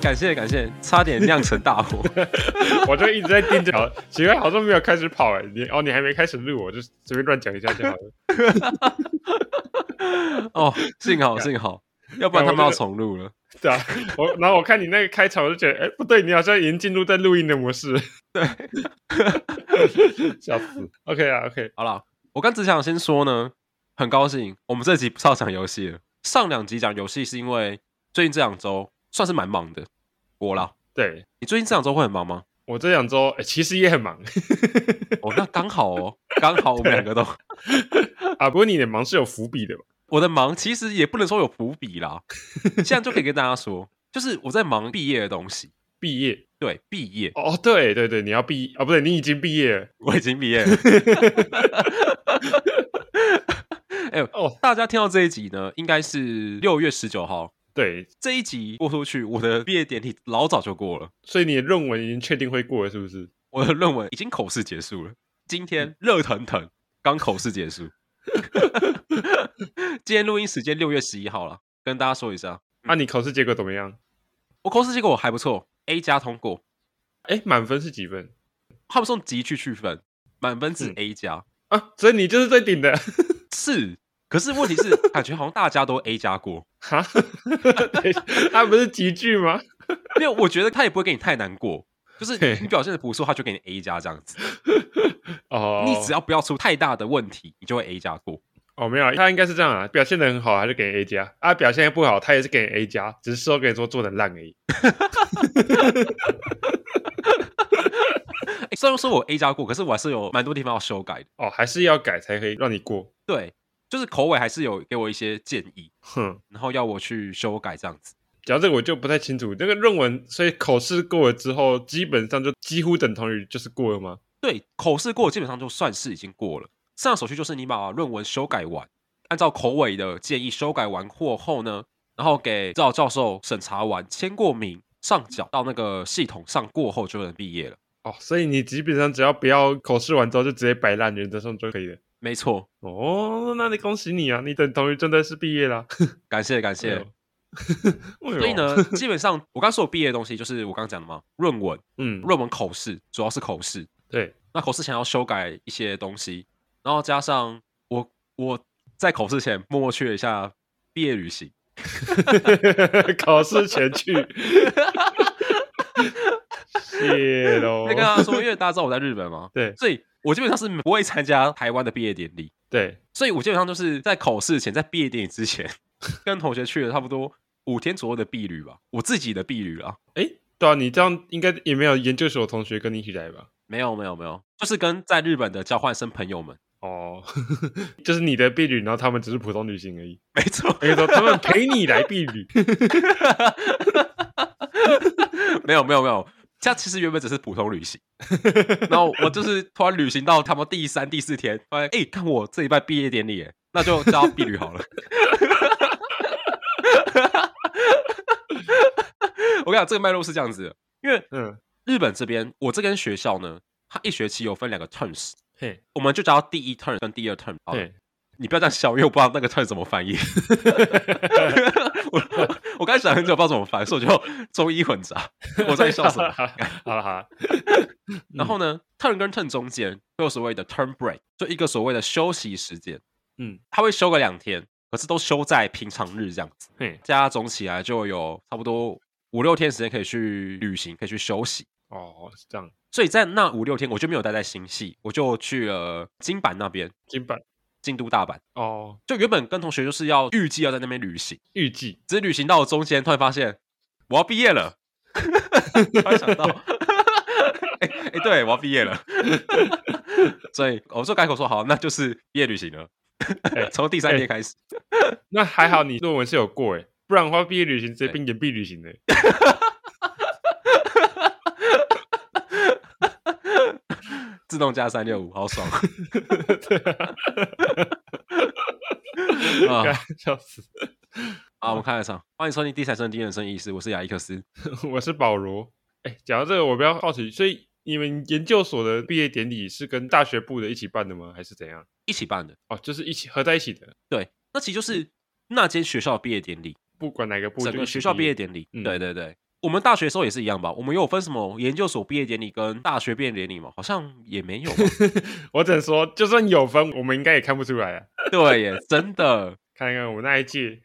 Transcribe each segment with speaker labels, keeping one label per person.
Speaker 1: 感谢感谢，差点酿成大祸。
Speaker 2: 我就一直在盯着，奇怪，好像没有开始跑哎、你哦，你还没开始录，我就随便乱讲一下就好了。
Speaker 1: 哦，幸好幸好，要不然他们要重录了。
Speaker 2: 对啊，我然后我看你那个开场，我就觉得，哎，不对，你好像已经进入在录音的模式。对，笑死。OK 啊，OK，
Speaker 1: 好啦，我刚只想先说呢，很高兴我们这集不是要讲游戏了。上两集讲游戏是因为最近这两周算是蛮忙的，我啦。
Speaker 2: 对
Speaker 1: 你最近这两周会很忙吗？
Speaker 2: 我这两周、哎其实也很忙
Speaker 1: 哦，那刚好哦，刚好我们两个都。
Speaker 2: 啊，不过你的忙是有伏笔的吧？
Speaker 1: 我的忙其实也不能说有伏笔啦，现在就可以跟大家说，就是我在忙毕业的东西。
Speaker 2: 毕业
Speaker 1: 对，毕业，
Speaker 2: 哦，对对对，你要毕啊，不对，你已经毕业了。
Speaker 1: 我已经毕业了。 哎、
Speaker 2: 哦
Speaker 1: 大家听到这一集呢，应该是六月十九号。
Speaker 2: 对，
Speaker 1: 这一集播出去，我的毕业典礼老早就过了，
Speaker 2: 所以你的论文已经确定会过了，是不是？
Speaker 1: 我的论文已经口试结束了。今
Speaker 2: 嗯
Speaker 1: 天热腾腾，刚口试结束。 今天录音时间六月十一号了，跟大家说一下，
Speaker 2: 啊，你考试结果怎么样？
Speaker 1: 我口试结果还不错，A 加通过。
Speaker 2: 哎，满分是几分
Speaker 1: 他们是用级去区分，满分是
Speaker 2: 嗯
Speaker 1: A 加、
Speaker 2: 啊？所以你就是最顶的。
Speaker 1: 是，可是问题是，感觉好像大家都 A 加过，
Speaker 2: 哈，等一下啊，不是集句吗？
Speaker 1: 没有，我觉得他也不会给你太难过，就是
Speaker 2: 嘿
Speaker 1: 你表现的不错，他就给你 A 加这样子。
Speaker 2: 哦，
Speaker 1: 你只要不要出太大的问题，你就会 A 加过。
Speaker 2: 哦没有啊，他应该是这样啊，表现的很好，他就给你 A 加啊，表现得不好，他也是给你 A 加，只是说跟你说做的烂而已。
Speaker 1: 诶虽然说我 A 加过，可是我还是有蛮多地方要修改的。
Speaker 2: 哦，还是要改才可以让你过。
Speaker 1: 对，就是口尾还是有给我一些建议，
Speaker 2: 哼，
Speaker 1: 然后要我去修改这样子。
Speaker 2: 讲到这个我就不太清楚，那个论文，所以口试过了之后，基本上就几乎等同于就是过了吗？
Speaker 1: 对，口试过基本上就算是已经过了。上手续就是你把论文修改完，按照口尾的建议修改完过后呢，然后给指导教授审查完，签过名，上缴到那个系统上过后就能毕业了。
Speaker 2: 哦，所以你基本上只要不要口试完之后就直接摆烂，原则上就可以了。
Speaker 1: 没错，
Speaker 2: 哦，那你恭喜你啊，你等同于真的是毕业啦。哦
Speaker 1: 感谢感 谢。
Speaker 2: 哎呦
Speaker 1: 所以，呢，基本上我刚说我毕业的东西就是我刚刚讲的嘛，论文、
Speaker 2: 嗯，
Speaker 1: 论文口试，主要是口试。
Speaker 2: 对，
Speaker 1: 那口试前要修改一些东西，然后加上我我在口试前默默去了一下毕业旅行，
Speaker 2: 考试前去，谢喽
Speaker 1: 再。跟大家说，因为大家知道我在日本嘛，
Speaker 2: 对
Speaker 1: 所以我基本上是不会参加台湾的毕业典礼，
Speaker 2: 对，
Speaker 1: 所以我基本上都是在口试前，在毕业典礼之前， 跟同学去了差不多五天左右的毕旅吧，我自己的毕旅啊，
Speaker 2: 哎，对啊，你这样应该也没有研究所同学跟你一起来吧？
Speaker 1: 没有没有没有，就是跟在日本的交换生朋友们，
Speaker 2: 哦， 就是你的婢女，然后他们只是普通旅行 而已。
Speaker 1: 没错，
Speaker 2: 可以说他们陪你来婢旅，
Speaker 1: 没有没有没有，这其实原本只是普通旅行， 然后我就是突然旅行到他们第三、第四天，发现哎，看我这一拜毕业典礼耶，那就叫毕旅好了。 我跟你讲，这个脉络是这样子的，因为
Speaker 2: 嗯，
Speaker 1: 日本这边我这间学校呢，它一学期有分两个 terms，
Speaker 2: 嘿，
Speaker 1: 我们就叫它第一 term 跟第二 term 好了。
Speaker 2: 对，
Speaker 1: 你不要这样笑，因为我不知道那个 term 怎么翻译。 我我刚才想很久，不知道怎么翻，所以我就中英混杂。我在笑什么？
Speaker 2: 好了好了，
Speaker 1: 然后呢、t u r n 跟 turn 中间会有所谓的 turn break，就一个所谓的休息时间，
Speaker 2: 嗯，
Speaker 1: 它会休个两天，可是都休在平常日这样子，
Speaker 2: 嘿，
Speaker 1: 加总起来就有差不多五六天时间可以去旅行，可以去休息。
Speaker 2: 哦，是这样，
Speaker 1: 所以在那五六天，我就没有待在新系，我就去了金板那边，
Speaker 2: 金版
Speaker 1: 京都大阪。
Speaker 2: 哦，
Speaker 1: 就原本跟同学就是要预计要在那边旅行，
Speaker 2: 预计
Speaker 1: 只是旅行到中间，突然发现我要毕业 了，突然想到， 哎、哎，对我要毕业了， 所以哦我就改口说好，那就是毕业旅行了
Speaker 2: 哎。
Speaker 1: 从第三天开始，
Speaker 2: 那还
Speaker 1: 嗯
Speaker 2: 好，你论文是有过诶，不然的话，毕业旅行直接变延毕旅行的。
Speaker 1: 自动加三六五，好爽
Speaker 2: 对啊，
Speaker 1: 啊！
Speaker 2: 笑死！
Speaker 1: 好，我们开始唱，欢迎收听第三声第人生意思，我是雅伊克斯。
Speaker 2: 我是保罗。哎，讲到这个，我比较好奇，所以你们研究所的毕业典礼是跟大学部的一起办的吗？还是怎样？
Speaker 1: 一起办的。
Speaker 2: 哦，就是一起合在一起的，
Speaker 1: 对，那其实就是那间学校的毕业典礼，
Speaker 2: 不管哪个部，
Speaker 1: 整
Speaker 2: 就
Speaker 1: 个
Speaker 2: 一起
Speaker 1: 学校毕
Speaker 2: 毕
Speaker 1: 业典礼。
Speaker 2: 嗯
Speaker 1: 对对对，我们大学的时候也是一样吧？我们有分什么研究所毕业典礼跟大学毕业典礼吗？好像也没有吧。啊
Speaker 2: 我只能说，就算有分，我们应该也看不出来啊。
Speaker 1: 对耶，真的。
Speaker 2: 看看我们那一届，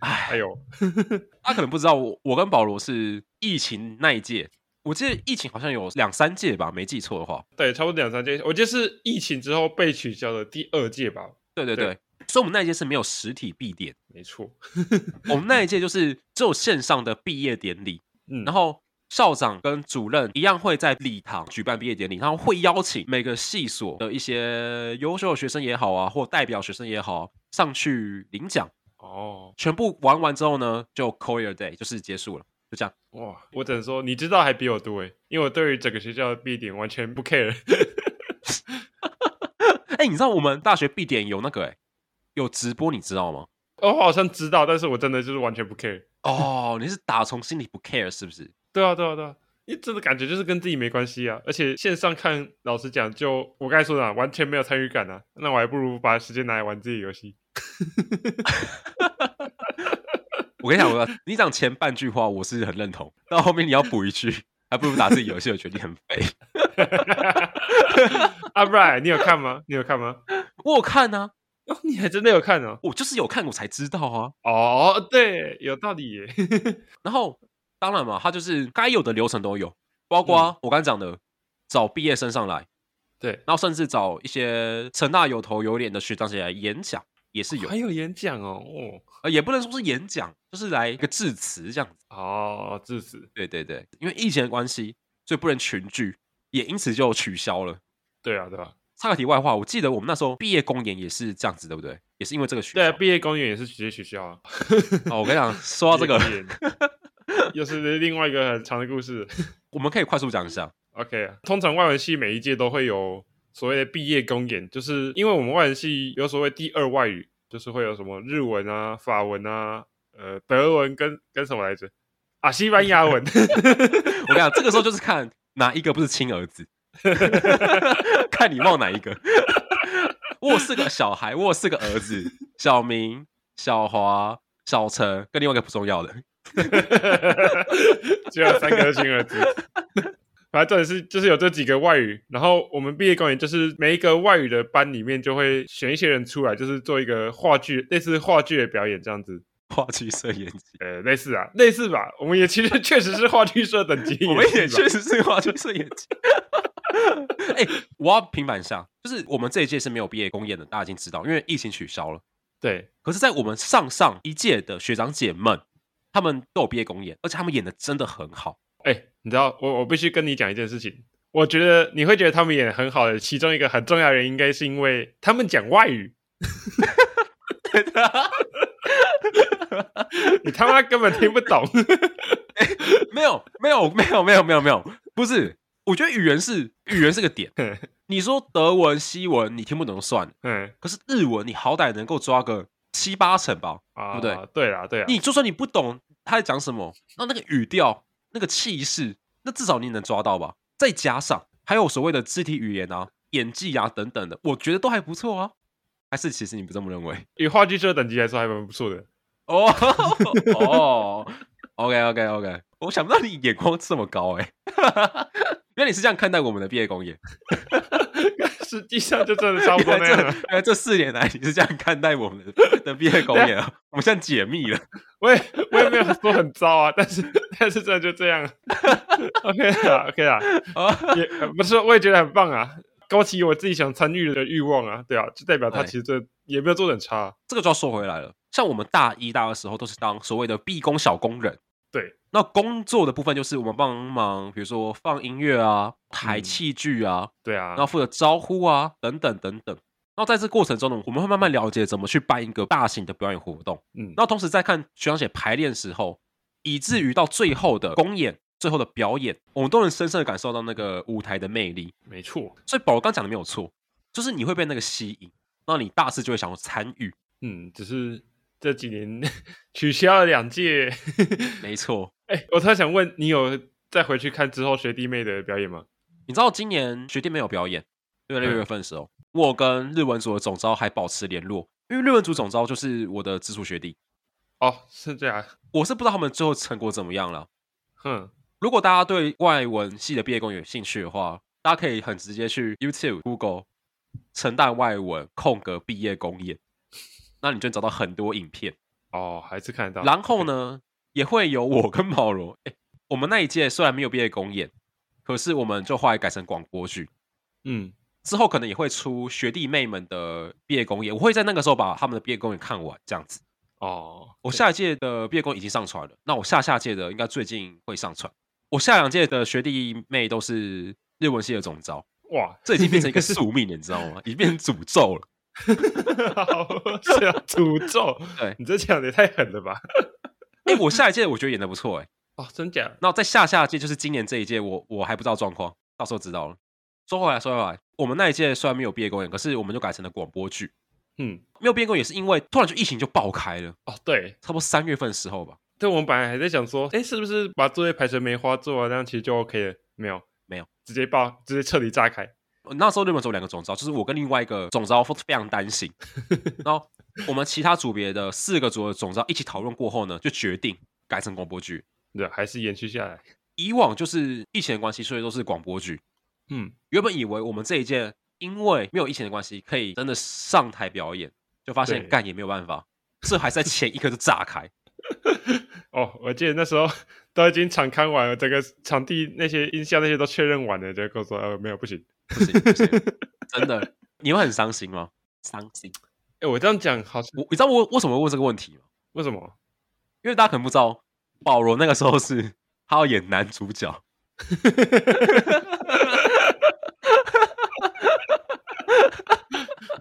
Speaker 1: 哎，
Speaker 2: 哎呦，
Speaker 1: 他可能不知道我，我跟保罗是疫情那一届。我记得疫情好像有两三届吧，没记错的话。
Speaker 2: 对，差不多两三届，我记得是疫情之后被取消的第二届吧，
Speaker 1: 对对对，
Speaker 2: 对
Speaker 1: 所以我们那一届是没有实体必点，
Speaker 2: 没错。
Speaker 1: 我们那一届就是只有线上的毕业典礼，
Speaker 2: 嗯，
Speaker 1: 然后校长跟主任一样会在礼堂举办毕业典礼，然后会邀请每个系所的一些优秀的学生也好啊，或代表学生也好啊、上去领奖。
Speaker 2: 哦，
Speaker 1: 全部玩完之后呢，就 call your day，就是结束了，就这样。
Speaker 2: 哇，我只能说，你知道还比我多诶，因为我对于整个学校的毕业典礼完全不 care。
Speaker 1: 哎，你知道我们大学必点有那个哎、有直播，你知道吗？
Speaker 2: 哦，我好像知道，但是我真的就是完全不 care。
Speaker 1: 哦，你是打从心里不 care 是不是？
Speaker 2: 对啊，对啊，对啊，因为真的感觉就是跟自己没关系啊。而且线上看，老实讲，就我刚才说的、啊，完全没有参与感啊。那我还不如把时间拿来玩自己的游戏。
Speaker 1: 我跟你讲，我你讲前半句话我是很认同，到后面你要补一句，还不如打自己游戏，我觉得你很废。
Speaker 2: 啊，不然你有看吗？你有看吗？
Speaker 1: 我有看啊，
Speaker 2: 哦，你还真的有看哦。
Speaker 1: 我就是有看我才知道啊。
Speaker 2: 哦，对，有道理耶。
Speaker 1: 然后当然嘛，它就是该有的流程都有，包
Speaker 2: 嗯
Speaker 1: 括我刚才讲的找毕业生上来，
Speaker 2: 对，
Speaker 1: 然后甚至找一些成大有头有脸的学长姐来演讲，也是有
Speaker 2: 还。有演讲哦。哦，
Speaker 1: 呃，也不能说是演讲，就是来一个致辞这样子。
Speaker 2: 哦，致辞。
Speaker 1: 对对对，因为疫情的关系，所以不能群聚，也因此就取消了。
Speaker 2: 对啊，对啊，
Speaker 1: 插个题外话，我记得我们那时候毕业公演也是这样子，对不对？也是因为这个取
Speaker 2: 对啊，
Speaker 1: 消。
Speaker 2: 毕业公演也是直接取消 啊。
Speaker 1: 哦，我跟你讲，说到 这个，
Speaker 2: 毕业公演又是另外一个很长的故事。
Speaker 1: 我们可以快速讲一下。
Speaker 2: OK，通常外文系每一届都会有所谓的毕业公演，就是因为我们外文系有所谓第二外语，就是会有什么日文啊、法文啊、呃德文跟跟什么来着啊西班牙文，
Speaker 1: 我跟你讲，这个时候就是看哪一个不是亲儿子， 看你望哪一个。我有四个小孩，我有四个儿子，小明、小华、小陈，跟另外一个不重要的。
Speaker 2: 只有三个亲儿子。反正重点是，就是有这几个外语，然后我们毕业公演就是每一个外语的班里面就会选一些人出来，就是做一个话剧，类似话剧的表演这样子，
Speaker 1: 话剧社演技，
Speaker 2: 呃，类似啊，类似吧。我们也其实确实是话剧社等级
Speaker 1: ，我们也
Speaker 2: 是吧
Speaker 1: 确实是话剧社演技。哎、我要平反一下，就是我们这一届是没有毕业公演的，大家已经知道，因为疫情取消了。
Speaker 2: 对，
Speaker 1: 可是，在我们上上一届的学长姐们，他们都有毕业公演，而且他们演的真的很好。
Speaker 2: 哎、你知道我我必须跟你讲一件事情，我觉得你会觉得他们演得很好的，其中一个很重要的原因，应该是因为他们讲外语，你他妈根本听不懂。
Speaker 1: 没有，没有，没有，没有，没有，没有，不是。我觉得语言是语言是个点。你说德文、西文你听不懂就算了，
Speaker 2: 嗯
Speaker 1: 可是日文你好歹能够抓个七八成吧？
Speaker 2: 啊，
Speaker 1: 对不
Speaker 2: 对啦，对啦，
Speaker 1: 你就算你不懂他在讲什么，那那个语调、那个气势，那至少你能抓到吧？再加上还有所谓的肢体语言啊、演技啊等等的，我觉得都还不错啊。还是其实你不这么认为？
Speaker 2: 以话剧社等级来说还蛮不错 的。
Speaker 1: 哦哦，OK OK OK，我想不到你眼光这么高哎、 原来你是这样看待我们的毕业公演，
Speaker 2: 实际上就真的差不
Speaker 1: 原
Speaker 2: 多
Speaker 1: 来
Speaker 2: 那
Speaker 1: 这
Speaker 2: 样啊。
Speaker 1: 原来这四年来你是这样看待我们的的毕业公演啊，我们现在解密了。
Speaker 2: 我也我也没有说很糟啊，但是但是真的就这 样。OK 啦，OK 啦，
Speaker 1: 哦
Speaker 2: 也呃不是，我也觉得很棒啊，勾起我自己想参与的欲望啊，对啊，就代表他
Speaker 1: 对
Speaker 2: 其实这也没有做的很差啊、
Speaker 1: 这个就要说回来了，像我们大一、大二的时候都是当所谓的毕工小工人。
Speaker 2: 对，
Speaker 1: 那工作的部分就是我们帮忙，比如说放音乐啊、抬
Speaker 2: 嗯
Speaker 1: 器具啊，
Speaker 2: 对啊
Speaker 1: 然，后负责招呼啊，等等等等。然后在这过程中呢，我们会慢慢了解怎么去办一个大型的表演活动。
Speaker 2: 嗯，
Speaker 1: 那同时在看学长姐排练时候，以至于到最后的公演、最后的表演，我们都能深深的感受到那个舞台的魅力。
Speaker 2: 没错，
Speaker 1: 所以保罗刚讲的没有错，就是你会被那个吸引，那你大四就会想要参与。
Speaker 2: 嗯，只是这几年 取消了两届。
Speaker 1: 没错，
Speaker 2: 哎、我突然想问，你有再回去看之后学弟妹的表演吗？
Speaker 1: 你知道今年学弟没有表演，对六
Speaker 2: 嗯
Speaker 1: 月份的时候，我有跟日文组的总招还保持联络，因为日文组总招就是我的直属学弟，
Speaker 2: 哦，是这样，
Speaker 1: 我是不知道他们最后成果怎么样了。
Speaker 2: 哼，
Speaker 1: 如果大家对外文系的毕业公演有兴趣的话，大家可以很直接去 YouTube、Google 成大外文空格毕业公演，那你就能找到很多影片。
Speaker 2: 哦，还是看得到。
Speaker 1: 然后呢，也会有我跟保罗。哎，我们那一届虽然没有毕业公演，可是我们就后来改成广播剧，
Speaker 2: 嗯，
Speaker 1: 之后可能也会出学弟妹们的毕业公演。我会在那个时候把他们的毕业公演看完，这样子。
Speaker 2: 哦，
Speaker 1: 我下一届的毕业公演已经上传了，那我下下届的应该最近会上传。我下两届的学弟妹都是日文系的总招，
Speaker 2: 哇，
Speaker 1: 这已经变成一个宿命了，你知道吗？已经变成诅咒了。
Speaker 2: 好是啊，诅咒。
Speaker 1: 对
Speaker 2: 你这讲的也太狠了吧？
Speaker 1: 哎、我下一届我觉得演的不错哎、
Speaker 2: 哦，真假？
Speaker 1: 那在下下届就是今年这一届，我我还不知道状况，到时候知道了。说回来，说回来，我们那一届虽然没有毕业公演，可是我们就改成了广播剧。
Speaker 2: 嗯，
Speaker 1: 没有毕业公演也是因为突然就疫情就爆开了，
Speaker 2: 哦，对，
Speaker 1: 差不多三月份的时候吧。
Speaker 2: 对，我们本来还在想说，哎，是不是把作业排成梅花座啊？这样其实就 OK 了。没有，
Speaker 1: 没有，
Speaker 2: 直接爆，直接彻底炸开。
Speaker 1: 那时候日本只有两个总招，就是我跟另外一个总招非常担 心。然后我们其他组别的四个组的总招一起讨论过后呢，就决定改成广播剧。
Speaker 2: 对，还是延续下来。
Speaker 1: 以往就是疫情的关系，所以都是广播剧。
Speaker 2: 嗯，
Speaker 1: 原本以为我们这一届因为没有疫情的关系，可以真的上台表演，就发现
Speaker 2: 对
Speaker 1: 干也没有办法，这还是在前一刻就炸开。
Speaker 2: 哦，我记得那时候 都已经场刊完了，整个场地那些音效那些都确认完了，就跟我说，呃，没有，不行。
Speaker 1: 不行不行，真的，你会很伤心吗？伤心。
Speaker 2: 哎，我这样讲好像
Speaker 1: 我你知道我为什么会问这个问题吗？
Speaker 2: 为什么？
Speaker 1: 因为大家可能不知道，保罗那个时候是他要演男主角，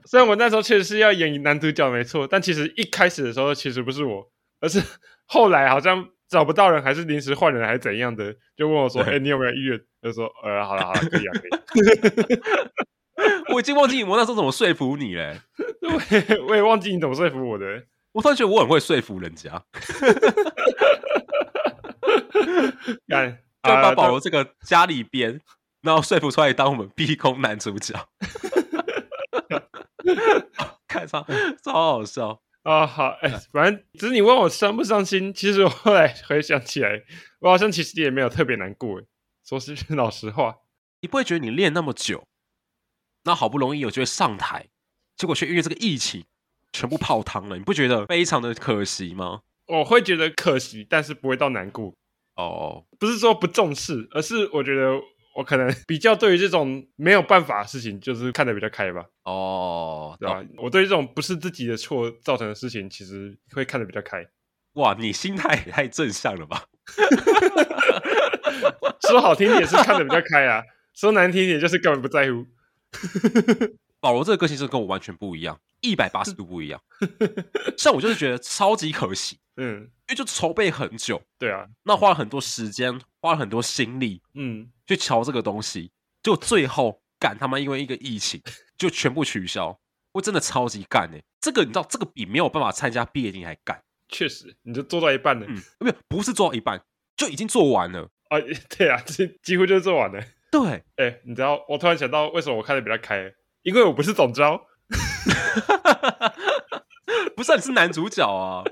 Speaker 2: 虽然我那时候确实是要演男主角没错，但其实一开始的时候其实不是我，而是 后来好像找不到人，还是临时换人，还是怎样的，就问我说：“哎、
Speaker 1: 对
Speaker 2: 你有没有意愿？”就说：“呃，好了好了，可以啊，可以啊。
Speaker 1: 我已经忘记我那时候怎么说服你嘞、
Speaker 2: 我也”我也忘记你怎么说服我的。
Speaker 1: 我突然觉得我很会说服人家，
Speaker 2: 干，
Speaker 1: 就
Speaker 2: 啊好
Speaker 1: 把
Speaker 2: 了
Speaker 1: 保
Speaker 2: 但
Speaker 1: 罗这个家里边，然后说服出来当我们逼宫男主角， 看超超好笑。
Speaker 2: 啊、好，哎、反正只是你问我伤不伤心，其实我后来回想起来，我好像其实也没有特别难过。说是老实 话，
Speaker 1: 你不会觉得你练那么久，那好不容易有机会上台，结果却因为这个疫情全部泡汤了，你不觉得非常的可惜吗？
Speaker 2: 我会觉得可惜，但是不会到难过。
Speaker 1: 哦，
Speaker 2: 不是说不重视，而是我觉得我可能比较对于这种没有办法的事情，就是看得比较开吧，
Speaker 1: 哦，
Speaker 2: 对吧？
Speaker 1: 懂
Speaker 2: 我对于这种不是自己的错造成的事情，其实会看得比较开。
Speaker 1: 哇，你心态也太正向了吧？
Speaker 2: 说好听点是看得比较开啊，说难听点就是根本不在乎。
Speaker 1: 保罗这个个性是跟我完全不一样，一百八十度不一 样。像我就是觉得超级可惜，
Speaker 2: 嗯，
Speaker 1: 因为就筹备很久，
Speaker 2: 对啊，
Speaker 1: 那花了很多时间，花了很多心力
Speaker 2: 嗯，
Speaker 1: 去瞧这个东西，就最后干他妈因为一个疫情就全部取消，我真的超级干哎、这个你知道，这个比没有办法参加毕业典礼还干，
Speaker 2: 确实，你就做到一半了、
Speaker 1: 嗯，没有不是做到一半就已经做完了，
Speaker 2: 啊， 对啊，这几乎就是做完了。
Speaker 1: 对，
Speaker 2: 哎、你知道，我突然想到为什么我看得比较开，因为我不是总招，
Speaker 1: 不是、啊、你是男主角啊，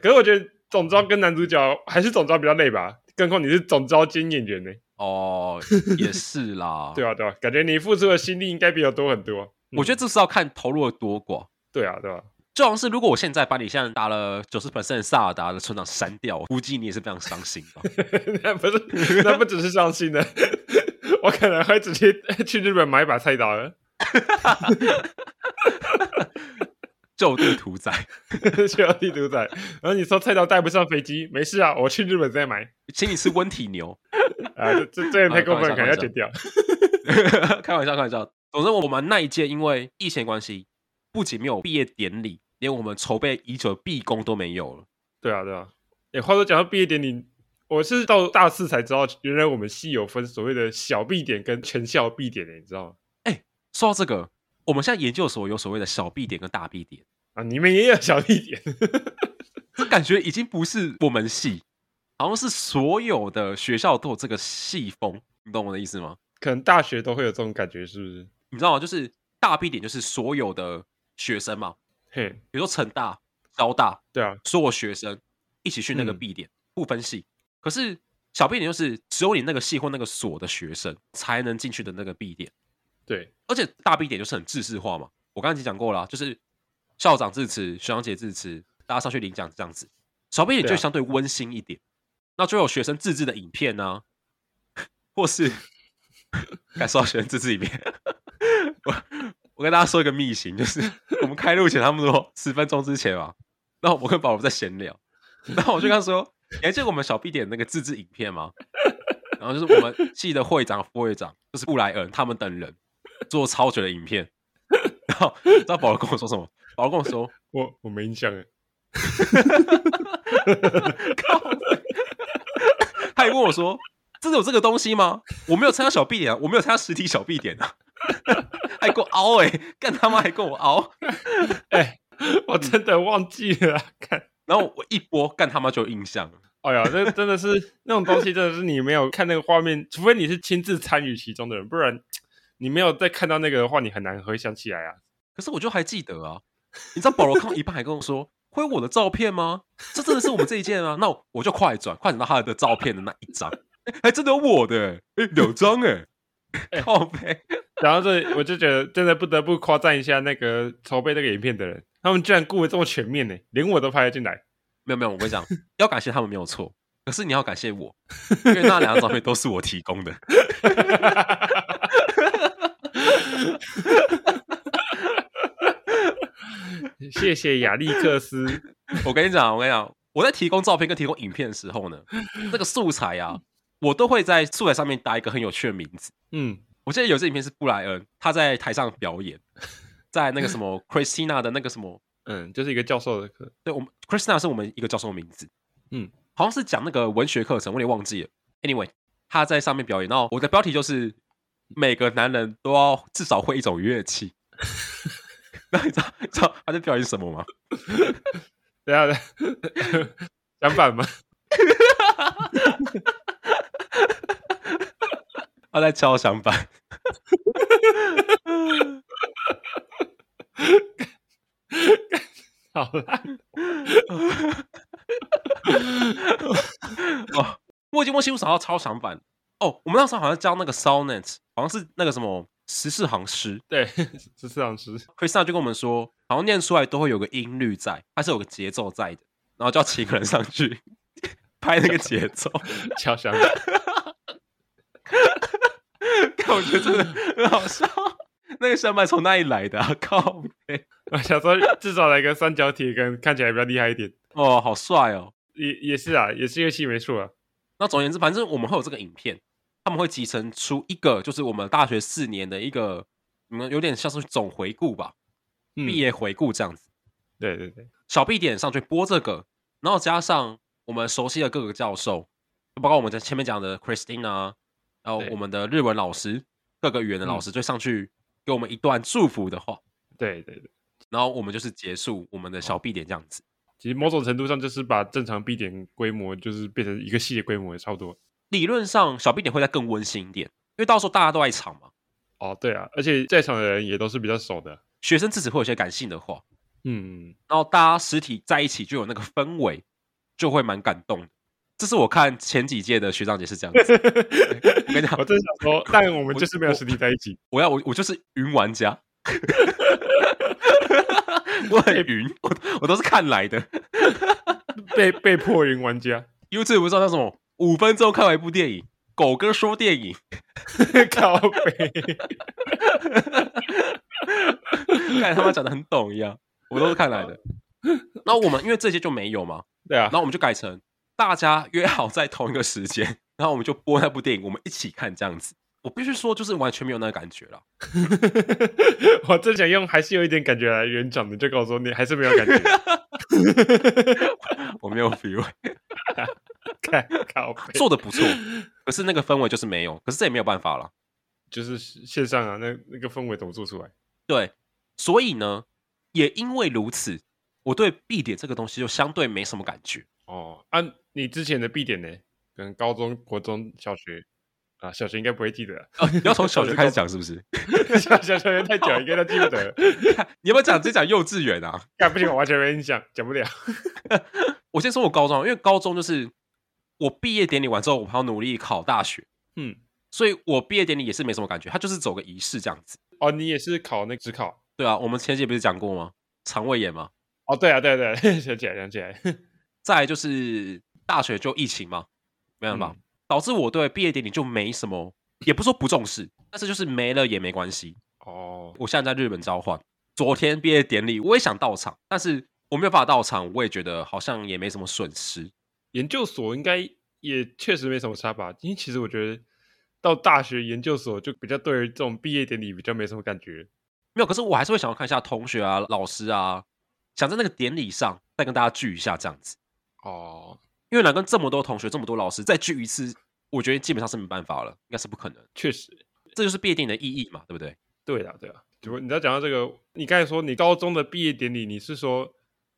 Speaker 2: 可是我觉得总招跟男主角还是总招比较累吧，更何况你是总招兼演员呢、
Speaker 1: 哦，也是啦，
Speaker 2: 对啊，对啊，感觉你付出的心力应该比我多很多。
Speaker 1: 哦我觉得
Speaker 2: 得
Speaker 1: 这是要看投入的多寡。
Speaker 2: 对啊，对啊，
Speaker 1: 就好像是如果我现在把你现在打了九十 percent 萨尔达的村长删掉，我估计你也是非常伤心吧？
Speaker 2: 那不是，那不只是伤心的， 我可能会直接 去日本买一把菜刀了，
Speaker 1: 就地屠宰，
Speaker 2: 去要地主仔。然后你说菜刀带不上飞机，没事啊，我去日本再买。
Speaker 1: 请你吃温体牛。
Speaker 2: 啊，这这这也太过分了，
Speaker 1: 啊
Speaker 2: 可
Speaker 1: 开
Speaker 2: 能
Speaker 1: 玩笑
Speaker 2: 要剪掉。
Speaker 1: 开玩笑，开玩笑。总之，我们那一届因为疫情关系，不仅没有毕业典礼，连我们筹备已久的毕工都没有了。
Speaker 2: 对啊，对啊。哎，话说讲到毕业典礼，我是到大四才知道，原来我们系有分所谓的小毕点跟全校毕点的，你知道吗？
Speaker 1: 说到这个，我们现在研究所有所谓的小 B 点跟大 B 点，
Speaker 2: 啊，你们也有小毕点，
Speaker 1: 这感觉已经不是我们系，好像是所有的学校都有这个系风，你懂我的意思吗？
Speaker 2: 可能大学都会有这种感觉，是不是？
Speaker 1: 你知道吗？就是大 B 点就是所有的学生嘛，
Speaker 2: 嘿，
Speaker 1: 比如说成大、交大，
Speaker 2: 对啊，
Speaker 1: 所有学生一起去那个
Speaker 2: 嗯
Speaker 1: B 点、不分系。可是小必点就是只有你那个系或那个所的学生才能进去的那个必点，
Speaker 2: 对，
Speaker 1: 而且大必点就是很制式化嘛。我刚才已经讲过了啊、就是校长致辞、学长姐致辞，大家上去领奖这样子。小必点
Speaker 2: 对
Speaker 1: 就
Speaker 2: 啊
Speaker 1: 相对温馨一点，那就有学生自制的影片啊， 或是 感受到学生自制影片。 我我跟大家说一个秘辛，就是我们开录前他们说十分钟之前嘛，那我跟宝宝在闲聊，然后我就跟他说：“你还记得我们小 B 点那个自制影片吗？”然后就是我们系的会长、副会长，就是布莱恩他们等人做超绝的影片。 然后你知道保罗跟我说什么？保罗跟我说：“
Speaker 2: 我我没印象哎，
Speaker 1: 他也问我说：“真的有这个东西吗？”我没有参加小 B 点、啊，我没有参加实体小 B 点啊， 还给我凹哎、干他妈还跟我凹！
Speaker 2: 我真的忘记了啊，看。
Speaker 1: 然后我一播，干他妈就有印象了。
Speaker 2: 哎呀，这真的是那种东西，真的是你没有看那个画面，除非你是亲自参与其中的人，不然你没有再看到那个的话，你很难回想起来啊。
Speaker 1: 可是我就还记得啊，你知道保罗看到一半还跟我说：“会有我的照片吗？这真的是我们这一件啊？”那我我就快转，快转到他的照片的那一张，哎还真的有我的、哎、两张哎、靠背，
Speaker 2: 然后这我就觉得真的不得不夸赞一下那个筹备这个影片的人，他们居然顾得这么全面呢，连我都拍了进来。
Speaker 1: 没有没有，我跟你讲，要感谢他们没有错，可是你要感谢我，因为那两张照片都是我提供的。
Speaker 2: 谢谢亚历克斯，
Speaker 1: 我跟你讲，我跟你讲，我在提供照片跟提供影片的时候呢，那个素材啊，我都会在素材上面打一个很有趣的名字。
Speaker 2: 嗯，
Speaker 1: 我记得有这影片是布莱恩他在台上表演，在那个什么 Christina 的那个什么，
Speaker 2: 嗯，就是一个教授的课，
Speaker 1: 对我们 Christina 是我们一个教授的名字，
Speaker 2: 嗯，
Speaker 1: 好像是讲那个文学课程，我有点忘记了。Anyway，他在上面表演，然后我的标题就是每个男人都要至少会一种乐器。那你知道你知道他在表演什么吗？
Speaker 2: 对啊， 相反吗？
Speaker 1: 他在敲响板。
Speaker 2: 好啦，
Speaker 1: 哦，我已经忘记我找到超长版哦。我们那时候好像教那个 sonnet，好像是那个什么十四行诗。
Speaker 2: 对，是市场师，
Speaker 1: Krista 就跟我们说，好像念出来都会有个音律在，它是有个节奏在的，然后就要请一个人上去 拍那个节奏。
Speaker 2: 敲响。
Speaker 1: 看，我觉得真的 很好笑。那个山脉从哪里来的、啊？ 靠北！
Speaker 2: 我想说，至少来个三角铁跟看起来比较厉害一点，
Speaker 1: 哦，好帅哦。
Speaker 2: 也也是啊，也是乐器没错啊。
Speaker 1: 那总而言之，反正我们会有这个影片，他们会集成出一个，就是我们大学四年的一个，你们有点像是总回顾吧，
Speaker 2: 嗯
Speaker 1: 毕业回顾这样子。
Speaker 2: 对对对，
Speaker 1: 小 B 点上去播这个，然后加上我们熟悉的各个教授，包括我们在前面讲的 Christina，然后啊
Speaker 2: 对
Speaker 1: 我们的日文老师、各个语言的老师，就上去给我们一段祝福的话，
Speaker 2: 对对对，
Speaker 1: 然后我们就是结束我们的小 B 点这样子。
Speaker 2: 其实某种程度上就是把正常 B 点规模就是变成一个系的规模，差不多。
Speaker 1: 理论上，小 B 点会再更温馨一点，因为到时候大家都在场嘛，
Speaker 2: 哦，对啊，而且在场的人也都是比较熟的。
Speaker 1: 学生自己会有一些感性的话，
Speaker 2: 嗯，
Speaker 1: 然后大家实体在一起就有那个氛围，就会蛮感动的。这是我看前几届的学长姐是这样子。 我
Speaker 2: 我
Speaker 1: 跟你讲
Speaker 2: 真想说，但我们就是没有实体在一起。
Speaker 1: 我要我我就是云玩家，我很云，我我都是看来的。
Speaker 2: 被被迫云玩 家，
Speaker 1: YouTube 不知道叫什么，五分钟看完一部电影，狗哥说电影，
Speaker 2: 靠背。
Speaker 1: 看他妈讲的很懂一样，我都是看来的。那我们因为这些就没有嘛，
Speaker 2: 对啊
Speaker 1: 然，后我们就改成大家约好在同一个时间，然后我们就播那部电影，我们一起看这样子。我必须说，就是完全没有那个感觉了。
Speaker 2: 我正想用，还是有一点感觉来圆场的，就跟我说你还是没有感 觉。
Speaker 1: 我没有 feel，
Speaker 2: 看靠背，
Speaker 1: 做的不错，可是那个氛围就是没有，可是这也没有办法了。
Speaker 2: 就是线上啊，那那个氛围怎么做出来？
Speaker 1: 对，所以呢，也因为如此，我对 B 点这个东西就相对没什么感觉。
Speaker 2: 哦，啊，你之前的必点呢？可能高中、国中、小学啊，小学应该不会记得啊，
Speaker 1: 呃你要从小学开始讲是不是？
Speaker 2: 小小学太久了，应该都记不得了。
Speaker 1: 你要不要讲直接讲幼稚园啊？
Speaker 2: 干不行，我完全没印象，讲不了。
Speaker 1: 我先说我高中，因为高中就是我毕业典礼完之后，我还要努力考大学，
Speaker 2: 嗯，
Speaker 1: 所以我毕业典礼也是没什么感觉，它就是走个仪式这样子。
Speaker 2: 哦，你也是考那个职考？
Speaker 1: 对啊，我们前几集不是讲过吗？肠胃炎嘛，
Speaker 2: 哦，对啊，对啊对啊， 想起来想起来，
Speaker 1: 再来就是大学就疫情嘛，没办法，
Speaker 2: 嗯
Speaker 1: 导致我对毕业典礼就没什么，也不是说不重视，但是就是没了也没关系。
Speaker 2: 哦，
Speaker 1: 我现在在日本召唤，昨天毕业典礼我也想到场，但是我没有办法到场，我也觉得好像也没什么损失。
Speaker 2: 研究所应该也确实没什么差吧？因为其实我觉得到大学研究所就比较对于这种毕业典礼比较没什么感觉。
Speaker 1: 没有，可是我还是会想要看一下同学啊、老师啊，想在那个典礼上再跟大家聚一下这样子。
Speaker 2: 哦，
Speaker 1: 因为能跟这么多同学、这么多老师再聚一次，我觉得基本上是没办法了，应该是不可能。
Speaker 2: 确实，
Speaker 1: 这就是毕业典礼的意义嘛，对不对？
Speaker 2: 对啦，对啦。如果你要讲到这个，你刚才说你高中的毕业典礼，你是说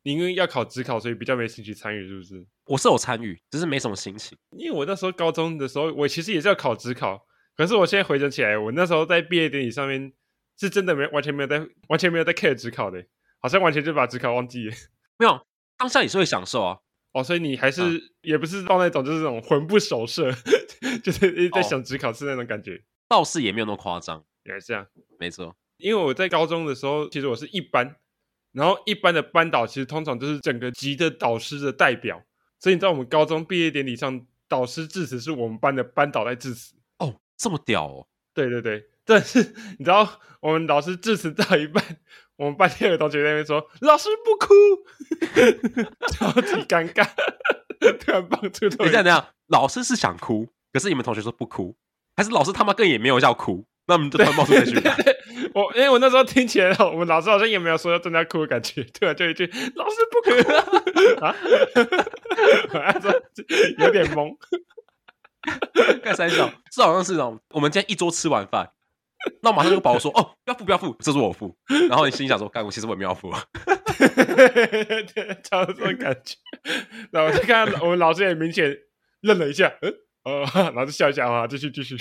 Speaker 2: 你因为要考职考，所以比较没兴趣参与，是不是？
Speaker 1: 我是有参与，只是没什么心情。
Speaker 2: 因为我那时候高中的时候，我其实也是要考职考，可是我现在回想起来，我那时候在毕业典礼上面是真的没完全没有在完全没有在 care 职考的，好像完全就把职考忘记了。
Speaker 1: 没有，当下也是会享受啊。
Speaker 2: 哦，所以你还是、
Speaker 1: 嗯
Speaker 2: 也不是到那种就是那种魂不守舍， 就是一直在
Speaker 1: 哦
Speaker 2: 想职考试那种感觉，
Speaker 1: 倒是也没有那么夸张，
Speaker 2: 原来是这样。
Speaker 1: 没错。
Speaker 2: 因为我在高中的时候，其实我是一班，然后一班的班导其实通常就是整个级的导师的代表，所以你知道我们高中毕业典礼上，导师致辞是我们班的班导在致辞。
Speaker 1: 哦，这么屌哦！
Speaker 2: 对对对，但是你知道我们老师致辞到一半，我们班里有同学在那边说“老师不哭”， 超级尴尬，突然蹦
Speaker 1: 你
Speaker 2: 出这
Speaker 1: 这
Speaker 2: 么
Speaker 1: 样，等一下，老师是想哭，可是你们同学说不哭，还是老师他妈更也没有要哭，那我们就突然冒出这句来。
Speaker 2: 我因为我那时候听起来，我们老师好像也没有说要正在哭的感觉，突然就一句“老师不哭” 啊，我那时候有点懵。
Speaker 1: 干三小，这好像是那种我们今天一桌吃完饭，那我马上就保我说哦，不要付不要付，这是我付。然后你心里想说，干我其实我也没有付，啊
Speaker 2: 对，差不多这种感觉。然后我就看到我们老师也明显愣了一下，嗯，哦，然后就笑一下，啊，继续继续，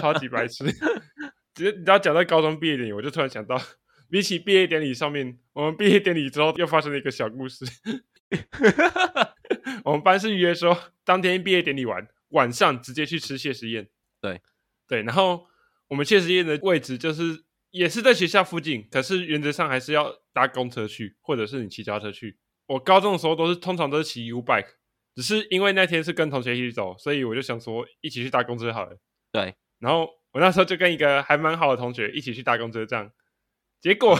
Speaker 2: 超级白痴。只是你知道讲到高中毕业典礼，我就突然想到，比起毕业典礼上面，我们毕业典礼之后又发生了一个小故事。 我们班是约说，当天毕业典礼完，晚上直接去吃谢师宴。
Speaker 1: 对
Speaker 2: 对，然后我们谢师宴的位置就是也是在学校附近，可是原则上还是要搭公车去，或者是你骑脚踏车去。我高中的时候都是通常都是骑 U bike，只是因为那天是跟同学一起走，所以我就想说一起去搭公车好了。
Speaker 1: 对，
Speaker 2: 然后我那时候就跟一个还蛮好的同学一起去搭公车站，结果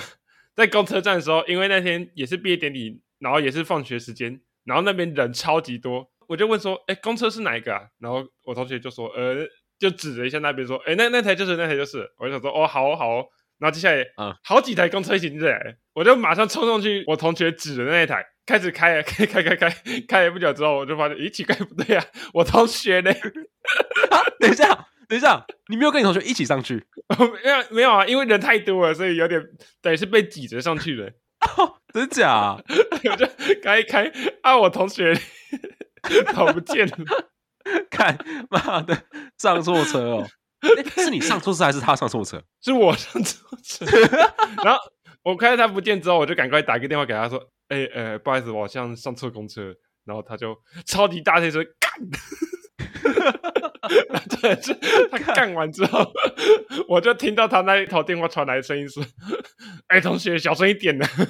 Speaker 2: 在公车站的时候，因为那天也是毕业典礼，然后也是放学时间，然后那边人超级多，我就问说：“哎，公车是哪一个啊？”然后我同学就说：“呃，就指了一下那边说，哎，那那台就是那台就是。”我就想说：“哦，好哦好哦。”然后接下来，
Speaker 1: 嗯
Speaker 2: 好几台公车一起进来了，我就马上冲上去，我同学指的那一台，开始开了，啊开开开开，开了不久之后，我就发现，咦，奇怪，不对啊，我同学呢？
Speaker 1: 啊， 等一下，等一下，你没有跟你同学一起上去，
Speaker 2: 没有没有啊，因为人太多了，所以有点等于是被挤着上去的。
Speaker 1: 真假啊、
Speaker 2: 我就开一开啊，我同学 跑不见了，
Speaker 1: 看妈的，上错车哦！诶是你上错车还是他上错车？
Speaker 2: 是我上错车。 然后我看到他不见之后，我就赶快打个电话给他说：“哎、呃，不好意思，我好像上错公车。”然后他就超级大声说：“干！” 然后真的是他干完之 后，我就听到他那一头电话传来的声音是：“哎、同学，小声一 点呢，不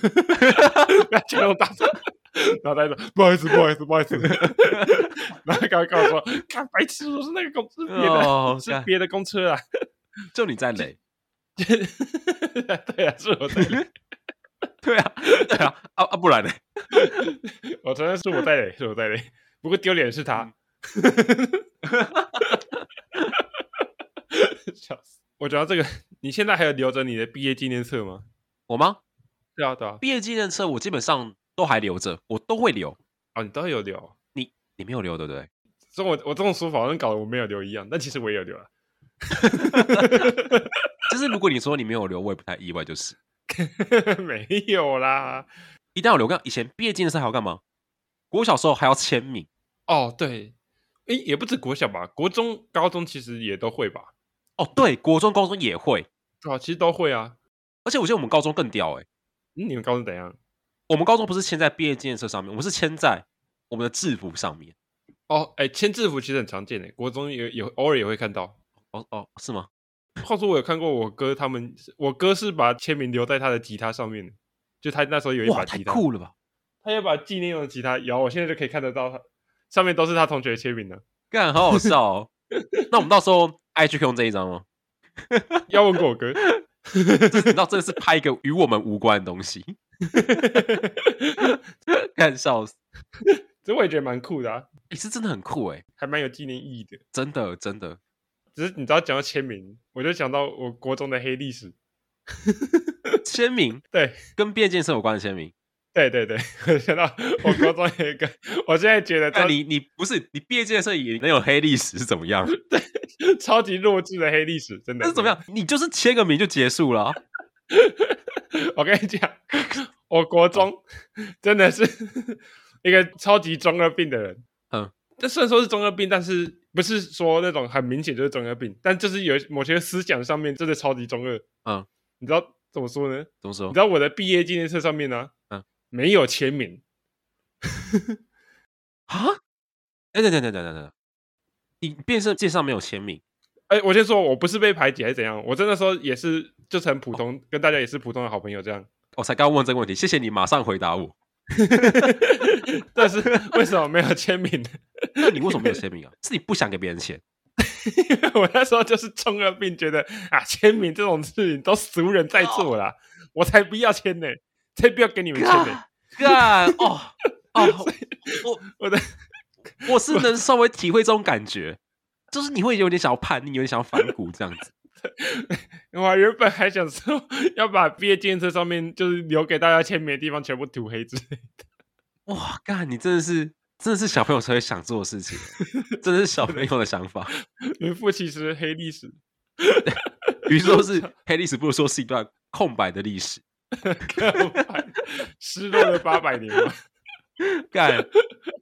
Speaker 2: 要讲那么大声。”然后他就说：“不好意思，不好意思，不好 意思。”然后刚刚跟我说：“干白痴，我是那个公 司别的，
Speaker 1: 哦
Speaker 2: 是
Speaker 1: 干
Speaker 2: 别的公车啊。”
Speaker 1: 就你在累。
Speaker 2: 对啊，是我在累，
Speaker 1: 对啊，对啊，啊啊，不然呢？
Speaker 2: 我承认是我在累，是我在累。不过丢脸是他，嗯 笑死！我讲到这个，你现在还有留着你的毕业纪念册吗？
Speaker 1: 我吗？
Speaker 2: 对啊，对啊，
Speaker 1: 毕业纪念册我基本上都还留着，我都会留。
Speaker 2: 哦，你都有留。
Speaker 1: 你没有留对不对？
Speaker 2: 这我我这种说法好像搞得我没有留一样，但其实我也有留啊。
Speaker 1: 就是如果你说你没有留，我也不太意外。就是
Speaker 2: 没有啦。
Speaker 1: 一定要留，干以前毕业纪念册还要干嘛？我小时候还要签名。
Speaker 2: 哦，对，诶，也不止国小吧，国中、高中其实也都会吧？
Speaker 1: 哦，对，国中、高中也会，
Speaker 2: 对啊，其实都会啊。
Speaker 1: 而且我觉得我们高中更屌哎、
Speaker 2: 嗯你们高中怎样？
Speaker 1: 我们高中不是签在毕业纪念册上面，我们是签在我们的制服上面。
Speaker 2: 哦，哎，签字符其实很常见的，国中也有偶尔也会看到。
Speaker 1: 哦哦，是吗？
Speaker 2: 话说我有看过我哥他们，我哥是把签名留在他的吉他上面的，就他那时候有一把
Speaker 1: 哇，太
Speaker 2: 吉他，
Speaker 1: 酷了吧！
Speaker 2: 他也把纪念用的吉他有，我现在就可以看得到他上面都是他同学的签名了。
Speaker 1: 干，好好笑哦。 那我们到时候 IG 可以用这一张吗？
Speaker 2: 要问过我哥，
Speaker 1: 就是你知道，真的是拍一个与我们无关的东西， 干笑死！
Speaker 2: 这我也觉得蛮酷的、啊，
Speaker 1: 也、是真的很酷哎，
Speaker 2: 还蛮有纪念意义的。
Speaker 1: 真的真的。
Speaker 2: 只是你知道讲到签名，我就想到我国中的黑历史。
Speaker 1: 签名
Speaker 2: 对
Speaker 1: 跟变健身有关的签名，
Speaker 2: 对对 对，我想到我国中有一个，我现在觉得
Speaker 1: 但
Speaker 2: 超
Speaker 1: 你你不是你毕业健身也能有黑历史是怎么样？
Speaker 2: 超级弱智的黑历史，真的。
Speaker 1: 那是怎么？样？你就是签个名就结束了啊、
Speaker 2: 我跟你讲，我国中真的是 一个超级中二病的人。
Speaker 1: 嗯，
Speaker 2: 这虽然说是中二病，但是不是说那种很明显就是中二病，但就是有某些思想上面真的超级中二。
Speaker 1: 嗯，
Speaker 2: 你知道怎么说呢？
Speaker 1: 怎么说
Speaker 2: 你知？道我的毕业纪念册上面呢、
Speaker 1: 嗯，
Speaker 2: 没有签名，
Speaker 1: 啊？哎、等等等等等等，你变身介绍没有签名？
Speaker 2: 哎，我先说，我不是被排挤还是怎样，我真的说也是，就是很普通，跟大家也是普通的好朋友这 样。
Speaker 1: 我哦才刚问这个问题，谢谢你马上回答我。
Speaker 2: 但是为什么没有签名呢？
Speaker 1: 那你为什么没有签名啊？ 是你不想给别人签？
Speaker 2: 因为 我那时候就是中二病，觉得啊，签名这种事情都俗人在做
Speaker 1: 哦
Speaker 2: 啦，我才不要签呢、才不要给你们签呢、
Speaker 1: 啊干哦 哦，我
Speaker 2: 我的
Speaker 1: 我是能稍微体会这种感觉，就是你会有点想要叛逆，有点想要反骨这样子。
Speaker 2: 我原本还想说 要把毕业纪念册上面就是留给大家签名的地方全部涂黑之类的。
Speaker 1: 哇，干，你真的是真的是小朋友才会想做的事情，真的是小朋友的想法。
Speaker 2: 名副其实黑历史。
Speaker 1: 与其说是黑历史，不如说是一段空白的历史。
Speaker 2: 告白失落了八百年嘛，
Speaker 1: 干，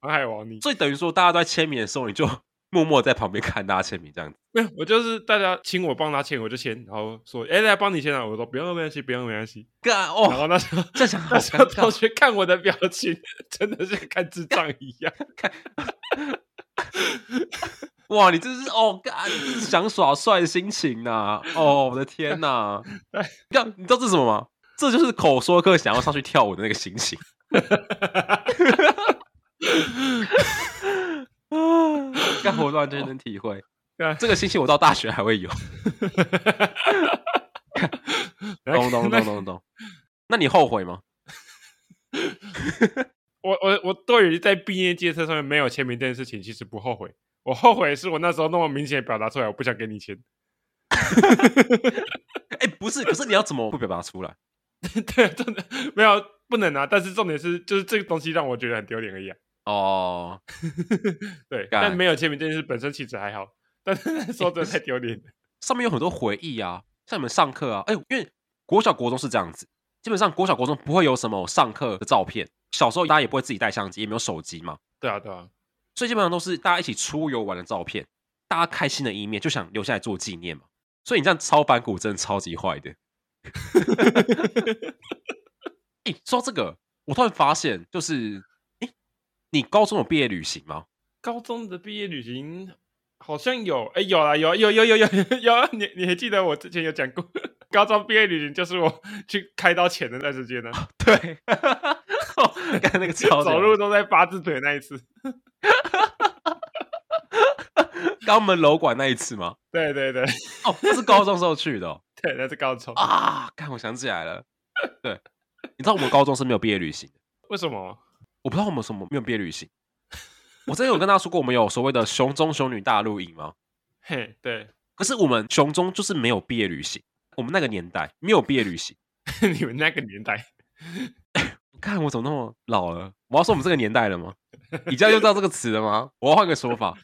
Speaker 2: 航海王你。
Speaker 1: 所以等于说大家都在签名的时候，你就默默在旁边看大家签名这样子。
Speaker 2: 没有，我就是大家请我帮他签，我就签，然后说，哎、大家帮你签啊，我说不用没关系，不用没关系。
Speaker 1: 干
Speaker 2: 然
Speaker 1: 哦，
Speaker 2: 后那时候，
Speaker 1: 这想 好
Speaker 2: 那时候
Speaker 1: 尴
Speaker 2: 同
Speaker 1: 尬。
Speaker 2: 学看我的表情， 真的是看智障一样。
Speaker 1: 哇，你这是哦，干，你这是想耍帅的心情呐、哦，我的天呐、
Speaker 2: 哎
Speaker 1: 干，你知道这是什么吗？这就是口说课想要上去跳舞的那个心情。 啊！干活完全能体会，
Speaker 2: 干
Speaker 1: 这个心情我到大学还会有。 懂懂懂懂懂。那你后悔吗？
Speaker 2: 我我我对于在毕业纪念册上面没有签名这件事情，其实不后悔。我后悔是我那时候那么明显地表达出来，我不想给你签。
Speaker 1: 哎、不是，可是你要怎么会表达出来？
Speaker 2: 对，真的没有不能啊。但是重点是，就是这个东西让我觉得很丢脸而已啊。
Speaker 1: 哦，
Speaker 2: 对，
Speaker 1: 干
Speaker 2: 但没有签名这件事本身其实还好，但是那时候真的太丢脸了。
Speaker 1: 上面有很多回忆啊，像你们上课啊，哎、因为国小国中是这样子，基本上国小国中不会有什么上课的照片，小时候大家也不会自己带相机，也没有手机嘛，
Speaker 2: 对啊，对啊，
Speaker 1: 所以基本上都是大家一起出游玩的照片，大家开心的一面就想留下来做纪念嘛。所以你这样抄反骨真的超级坏的。哎、说到这个，我突然发现，就是哎、你高中有毕业旅行吗？
Speaker 2: 高中的毕业旅行好像有，哎，有啊，有啊有有有有有啊，你你还记得我之前有讲过， 高中毕业旅行就是我去开刀前的那段时间呢、啊
Speaker 1: 对，干哦那个超级
Speaker 2: 走路都在八字腿那一次。
Speaker 1: 肛门楼管那一次吗？
Speaker 2: 对对对
Speaker 1: 哦，那是高中时候去的哦、
Speaker 2: 对，那是高中。
Speaker 1: 啊！看，我想起来了，对，你知道我们高中是没有毕业旅行的，
Speaker 2: 为什么？
Speaker 1: 我不知道我们什么没有毕业旅行。我之前有跟大家说过，我们有所谓的熊中熊女大露营吗？
Speaker 2: 嘿，对，
Speaker 1: 可是我们熊中就是没有毕业旅行，我们那个年代没有毕业旅行。
Speaker 2: 你们那个年代，
Speaker 1: 看我怎么那么老了？我要说我们这个年代了吗？你这样用到这个词了吗？我要换个说法，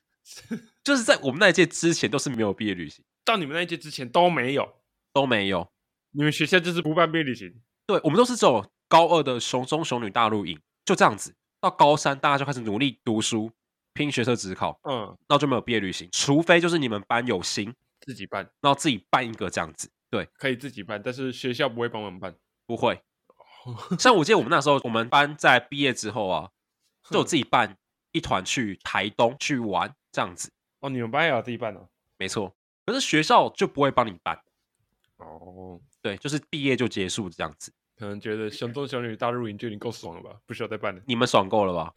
Speaker 1: 就是在我们那一届之前都是没有毕业旅行，
Speaker 2: 到你们那一届之前都没有，
Speaker 1: 都没有。
Speaker 2: 你们学校就是不办毕业旅行。
Speaker 1: 对，我们都是只有高二的熊中熊女大露营，就这样子。到高三，大家就开始努力读书，拼学测、职考，
Speaker 2: 嗯，
Speaker 1: 然后就没有毕业旅行，除非就是你们班有心，
Speaker 2: 自己办
Speaker 1: 然后自己办一个这样子。对，
Speaker 2: 可以自己办，但是学校不会帮忙办。
Speaker 1: 不会。像我记得我们那时候，我们班在毕业之后啊，就有自己办一一团去台东去玩这样子，
Speaker 2: 哦，你们班也有自己办哦。
Speaker 1: 没错。可是学校就不会帮你办，
Speaker 2: 哦，
Speaker 1: 对，就是毕业就结束这样子。
Speaker 2: 可能觉得熊中熊女大露营就已经够爽了吧，不需要再办了，
Speaker 1: 你们爽够了吧？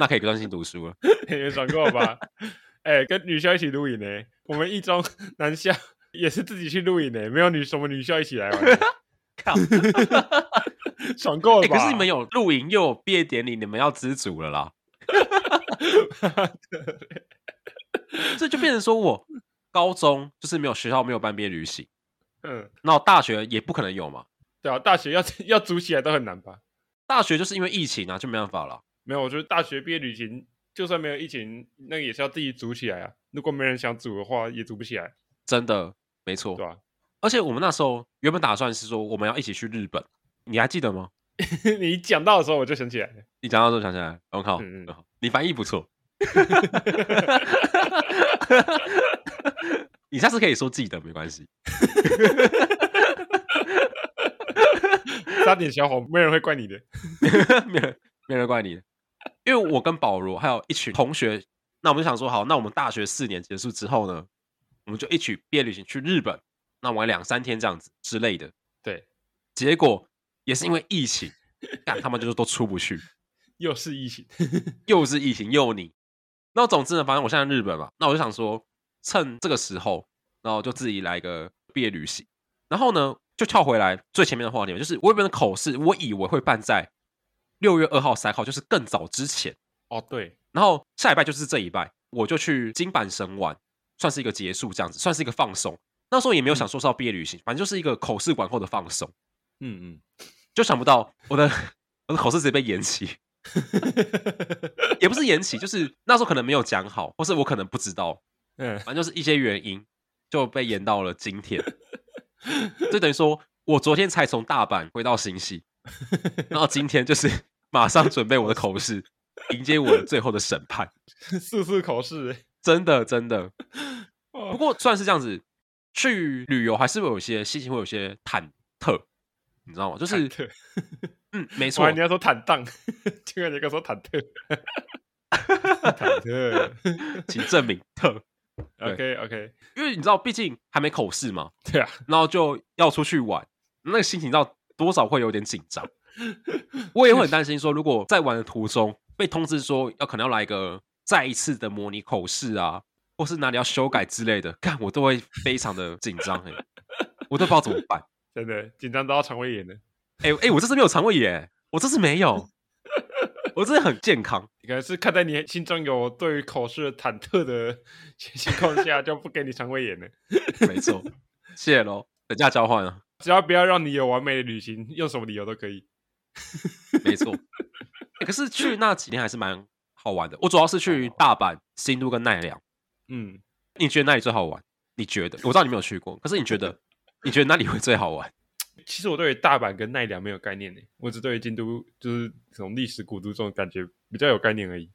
Speaker 1: 那可以专心读书了。
Speaker 2: 也爽够了吧？哎、跟女校一起露营呢、我们一中南校也是自己去露营呢、没有女什么女校一起来玩的、
Speaker 1: 靠！
Speaker 2: 爽够了
Speaker 1: 欸
Speaker 2: 吧？
Speaker 1: 可是你们有露营又有毕业典礼，你们要知足了 啦。这就变成说我高中就是没有学校没有办毕业旅行，
Speaker 2: 嗯，
Speaker 1: 那我大学也不可能有嘛。
Speaker 2: 对啊，大学要 要组起来都很难吧？
Speaker 1: 大学就是因为疫情啊，就没办法了。
Speaker 2: 没有，我觉得大学毕业旅行就算没有疫情，那个也是要自己组起来啊。如果没人想组的话，也组不起来，
Speaker 1: 真的，没错。
Speaker 2: 对吧、啊
Speaker 1: 而且我们那时候原本打算是说我们要一起去日本，你还记得吗？
Speaker 2: 你一讲到的时候，我就想起来了。
Speaker 1: 你讲到这我想起来，我靠，
Speaker 2: 嗯嗯
Speaker 1: 很好你翻译不 错。 你下次可以说记得没关系，
Speaker 2: 撒点小谎，没人会怪你的。
Speaker 1: 没人没人怪你的，因为我跟保罗还有一群同学，那我们就想说，好，那我们大学四年结束之后呢，我们就一起毕业旅行去日本，那玩两三天这样子之类的。
Speaker 2: 对，
Speaker 1: 结果也是因为疫情，干他们就是都出不去，
Speaker 2: 又是疫情，
Speaker 1: 又是疫情又你。那总之呢，反正我现在在日本嘛，那我就想说，趁这个时候，然后就自己来个毕业旅行。然后呢，就跳回来最前面的话题，就是我原本的口试，我以为会办在六月二号、三号，就是更早之前。
Speaker 2: 哦，对，
Speaker 1: 然后下礼拜就是这一拜，我就去金板神玩，算是一个结束，这样子算是一个放松。那时候也没有想说是要毕业旅行，反正就是一个口试完后的放松。
Speaker 2: 嗯
Speaker 1: 就想不到我的 我的口试直接被延期，
Speaker 2: 嗯，
Speaker 1: 也不是延期，就是那时候可能没有讲好，或是我可能不知道，
Speaker 2: 嗯，
Speaker 1: 反正就是一些原因就被延到了今天，就等于说我昨天才从大阪回到新系，然后今天就是马上准备我的口试，迎接我的最后的审判。
Speaker 2: 速速口试，
Speaker 1: 真的，真 的。
Speaker 2: 不
Speaker 1: 不过算是这样子，去旅游还是会有一些心情，会有一些忐忑，你知道吗？就是，嗯，没
Speaker 2: 我
Speaker 1: 错
Speaker 2: 还，你要说坦荡， 结果你跟我说忐 忑，忐忑
Speaker 1: 请证明特，
Speaker 2: ，OK OK，
Speaker 1: 因为你知道，毕竟还没口试嘛，
Speaker 2: 对啊，
Speaker 1: 然后就要出去玩，那个心情到多少会有点紧张。 我也会很担心说，如果在玩的途中被通知说要可能要来一个再一次的模拟口试啊，或是哪里要修改之类的，看我都会非常的紧张、欸，我都不知道怎么办。
Speaker 2: 真的紧张到肠胃炎了。
Speaker 1: 哎、哎、我这次没有肠胃炎，我这次没有，我真的很健康。
Speaker 2: 可能是看在你心中有对于口试忐忑的 情况下，就不给你肠胃炎了。
Speaker 1: 没错，谢喽，等价交换啊，
Speaker 2: 只要不要让你有完美的旅行，用什么理由都可以。
Speaker 1: 没错、欸可是去那几天还是蛮好玩的，我主要是去大阪、新都跟奈良。
Speaker 2: 嗯，
Speaker 1: 你觉得哪里最好玩？你觉得？我知道你没有去过，可是你觉得？你觉得哪里会最好玩？
Speaker 2: 其实我对于大阪跟奈良没有概念呢，我只对于京都就是这种历史古都这种感觉比较有概念而已。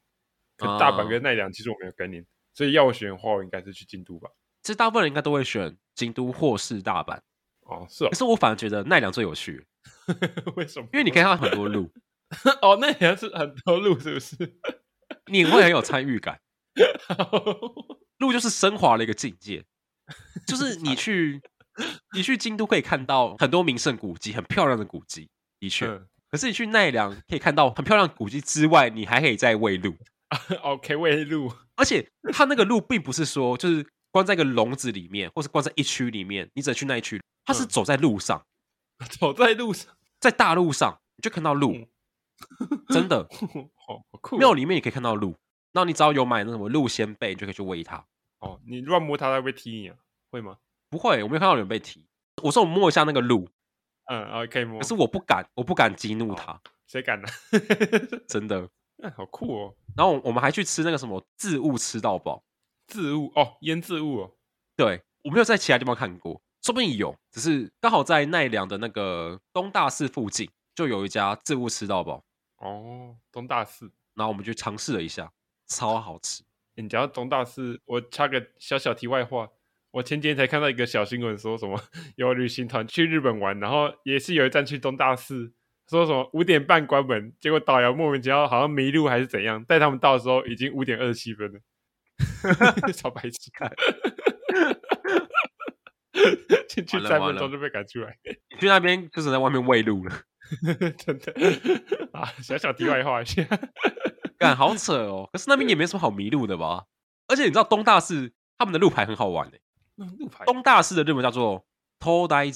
Speaker 2: 可
Speaker 1: 啊
Speaker 2: 大阪跟奈良其实我没有概念，所以要我选的话，我应该是去京都吧。
Speaker 1: 其实大部分人应该都会选京都或是大阪，
Speaker 2: 哦，是哦
Speaker 1: 可，是我反而觉得奈良最有趣，
Speaker 2: 为什么？
Speaker 1: 因为你可以看到很多路，
Speaker 2: 哦，奈良是很多路，是不是？
Speaker 1: 你会很有参与感。
Speaker 2: 好
Speaker 1: 路就是升华了一个境界，就是你去你去京都可以看到很多名胜古迹，很漂亮的古迹，的确。
Speaker 2: 嗯
Speaker 1: 可是你去奈良可以看到很漂亮的古迹之外，你还可以在喂鹿，
Speaker 2: ，OK，喂哦路，
Speaker 1: 而且它那个路并不是说就是关在一个笼子里面，或是关在一区里面，你只能去那一区。它是
Speaker 2: 嗯
Speaker 1: 走在路上，
Speaker 2: 走在路上，
Speaker 1: 在大路上你就看到鹿，真的
Speaker 2: 好好酷哦。
Speaker 1: 庙里面也可以看到鹿。那你只要有买那什么鹿仙贝，你就可以去喂它。
Speaker 2: 哦，你乱摸它，它会踢你啊？会吗？
Speaker 1: 不会，我没有看到有人被踢。我说我摸一下那个鹿，
Speaker 2: 嗯，啊，可以摸。
Speaker 1: 可是我不敢，我不敢激怒它，
Speaker 2: 谁敢 呢、
Speaker 1: 真的。
Speaker 2: 嗯，好酷哦，
Speaker 1: 然后我们还去吃那个什么自物吃到饱，
Speaker 2: 自物哦，腌自物哦，
Speaker 1: 对我没有在其他地方看过，说不定有，只是刚好在奈良的那个东大寺附近就有一家自物吃到饱，
Speaker 2: 哦，东大寺。
Speaker 1: 然后我们就尝试了一下，超好吃。
Speaker 2: 欸你讲到东大寺，我插个小小题外话。我前几天才看到一个小新闻，说什么有旅行团去日本玩，然后也是有一站去东大寺，说什么五点半关门，结果导游莫名其妙好像迷路还是怎样，带他们到的时候已经五点二十七分了， 超白 痴！进去
Speaker 1: 完了
Speaker 2: 三
Speaker 1: 完
Speaker 2: 分
Speaker 1: 了
Speaker 2: 钟就被赶出来，
Speaker 1: 你去那边就是在外面喂路了，
Speaker 2: 真的啊！小小题外话一下，
Speaker 1: 干好扯哦。可是那边也没什么好迷路的吧？而且你知道东大寺他们的路牌很好玩诶、
Speaker 2: 那路牌
Speaker 1: 东大寺的日文叫做 Todai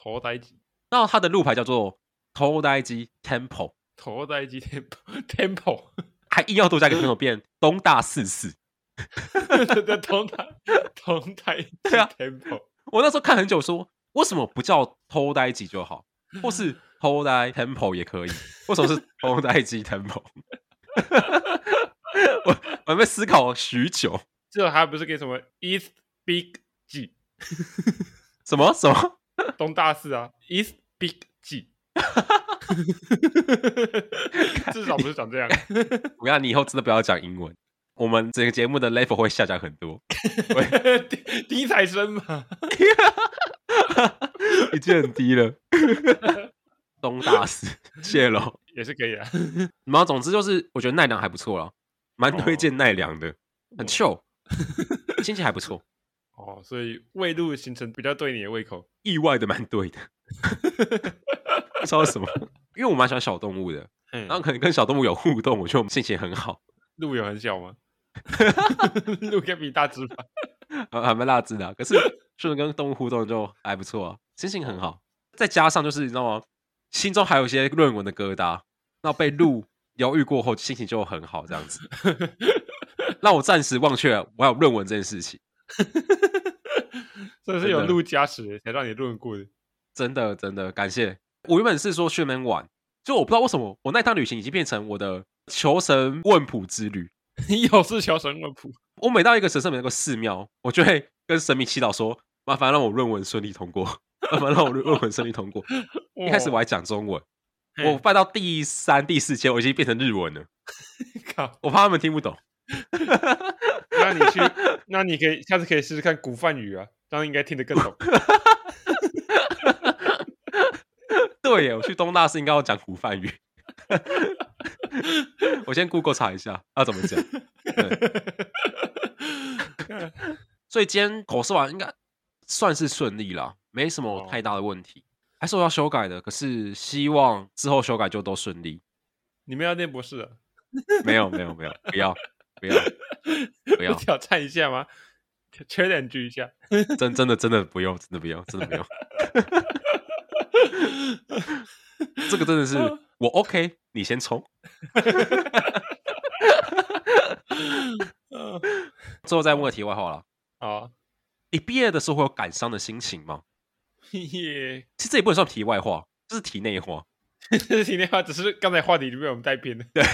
Speaker 2: 头呆鸡，
Speaker 1: 然后它的路牌叫做 Todai Temple，
Speaker 2: 头呆鸡 temple temple，
Speaker 1: 还硬要多加一个朋友变东大寺寺。
Speaker 2: 这同台同台
Speaker 1: 对啊
Speaker 2: temple，
Speaker 1: 我那时候看很久说，为什么不叫偷呆机就好，或是偷呆 temple 也可以，为什么是偷呆机 temple？我我还在思考许久，
Speaker 2: 这还不是给什么 East Big G
Speaker 1: 什么什么
Speaker 2: 东大寺啊，East Big G，至少不 是长这样。
Speaker 1: 我跟你讲，你以后真的不要讲英文，我们整个节目的 level 会下降很多。
Speaker 2: 低低材生嘛，
Speaker 1: 已经很低了。 东大寺，谢喽。
Speaker 2: 也是可以啊。
Speaker 1: 然后总之就是，我觉得奈良还不错啦，蛮推荐奈良的，很 chill，心情还不错，
Speaker 2: 哦，所以未路行程比较对你的胃口。
Speaker 1: 意外的蛮对的， 不知道为什么，因为我蛮喜欢小动物的，
Speaker 2: 嗯
Speaker 1: 然后可能跟小动物有互动，我觉得我们心情很好，
Speaker 2: 路有很 小吗？路可以比大只吧？
Speaker 1: 还还蛮辣智的啊、可是就是跟动物互动就还不错啊，心情很好。再加上就是你知道吗，心中还有一些论文的疙瘩，那被鹿疗愈过后，心情就很好，这样子让我暂时忘却了我还有论文这件事情。
Speaker 2: 这是有路加持才让你论过 的。
Speaker 1: 真的真的感谢。我原本是说去那边玩，就我不知道为什么我那趟旅行已经变成我的求神问卜之旅。
Speaker 2: 你有是小神问卜，
Speaker 1: 我每到一个神圣的那个寺庙，我就会跟神明祈祷说：“麻烦让我论文顺利通过，麻烦让我论文顺利通过。”一开始我还讲中文，
Speaker 2: 哦嘿
Speaker 1: 我拜到第三、第四天，我已经变成日文了，
Speaker 2: 靠，
Speaker 1: 我怕他们听不懂。
Speaker 2: 那你去， 那你可以下次可以试试看古梵语啊，这样应该听得更 懂。
Speaker 1: 对耶，我去东大寺应该要讲古梵语。 我先 Google 查一下要怎么讲。所以今天口试完应该算是顺利啦，没什么太大的问题。还是我要修改的，可是希望之后修改就都顺利。
Speaker 2: 你们要念博士啊？
Speaker 1: 没有，没有，没有，不要，不要，不要
Speaker 2: 挑战一下吗？challenge 一下。
Speaker 1: 真真的真的不用，真的不用，真的不用。这个真的是我 OK，你先冲。
Speaker 2: 嗯
Speaker 1: 最后再问个题外话啦，
Speaker 2: 好啊，
Speaker 1: 你毕业的时候会有感伤的心情吗？
Speaker 2: 耶！
Speaker 1: 其实这也不能算题外话，这是题内话。
Speaker 2: 这今天话只是刚才话题就被我们带偏了。
Speaker 1: 对，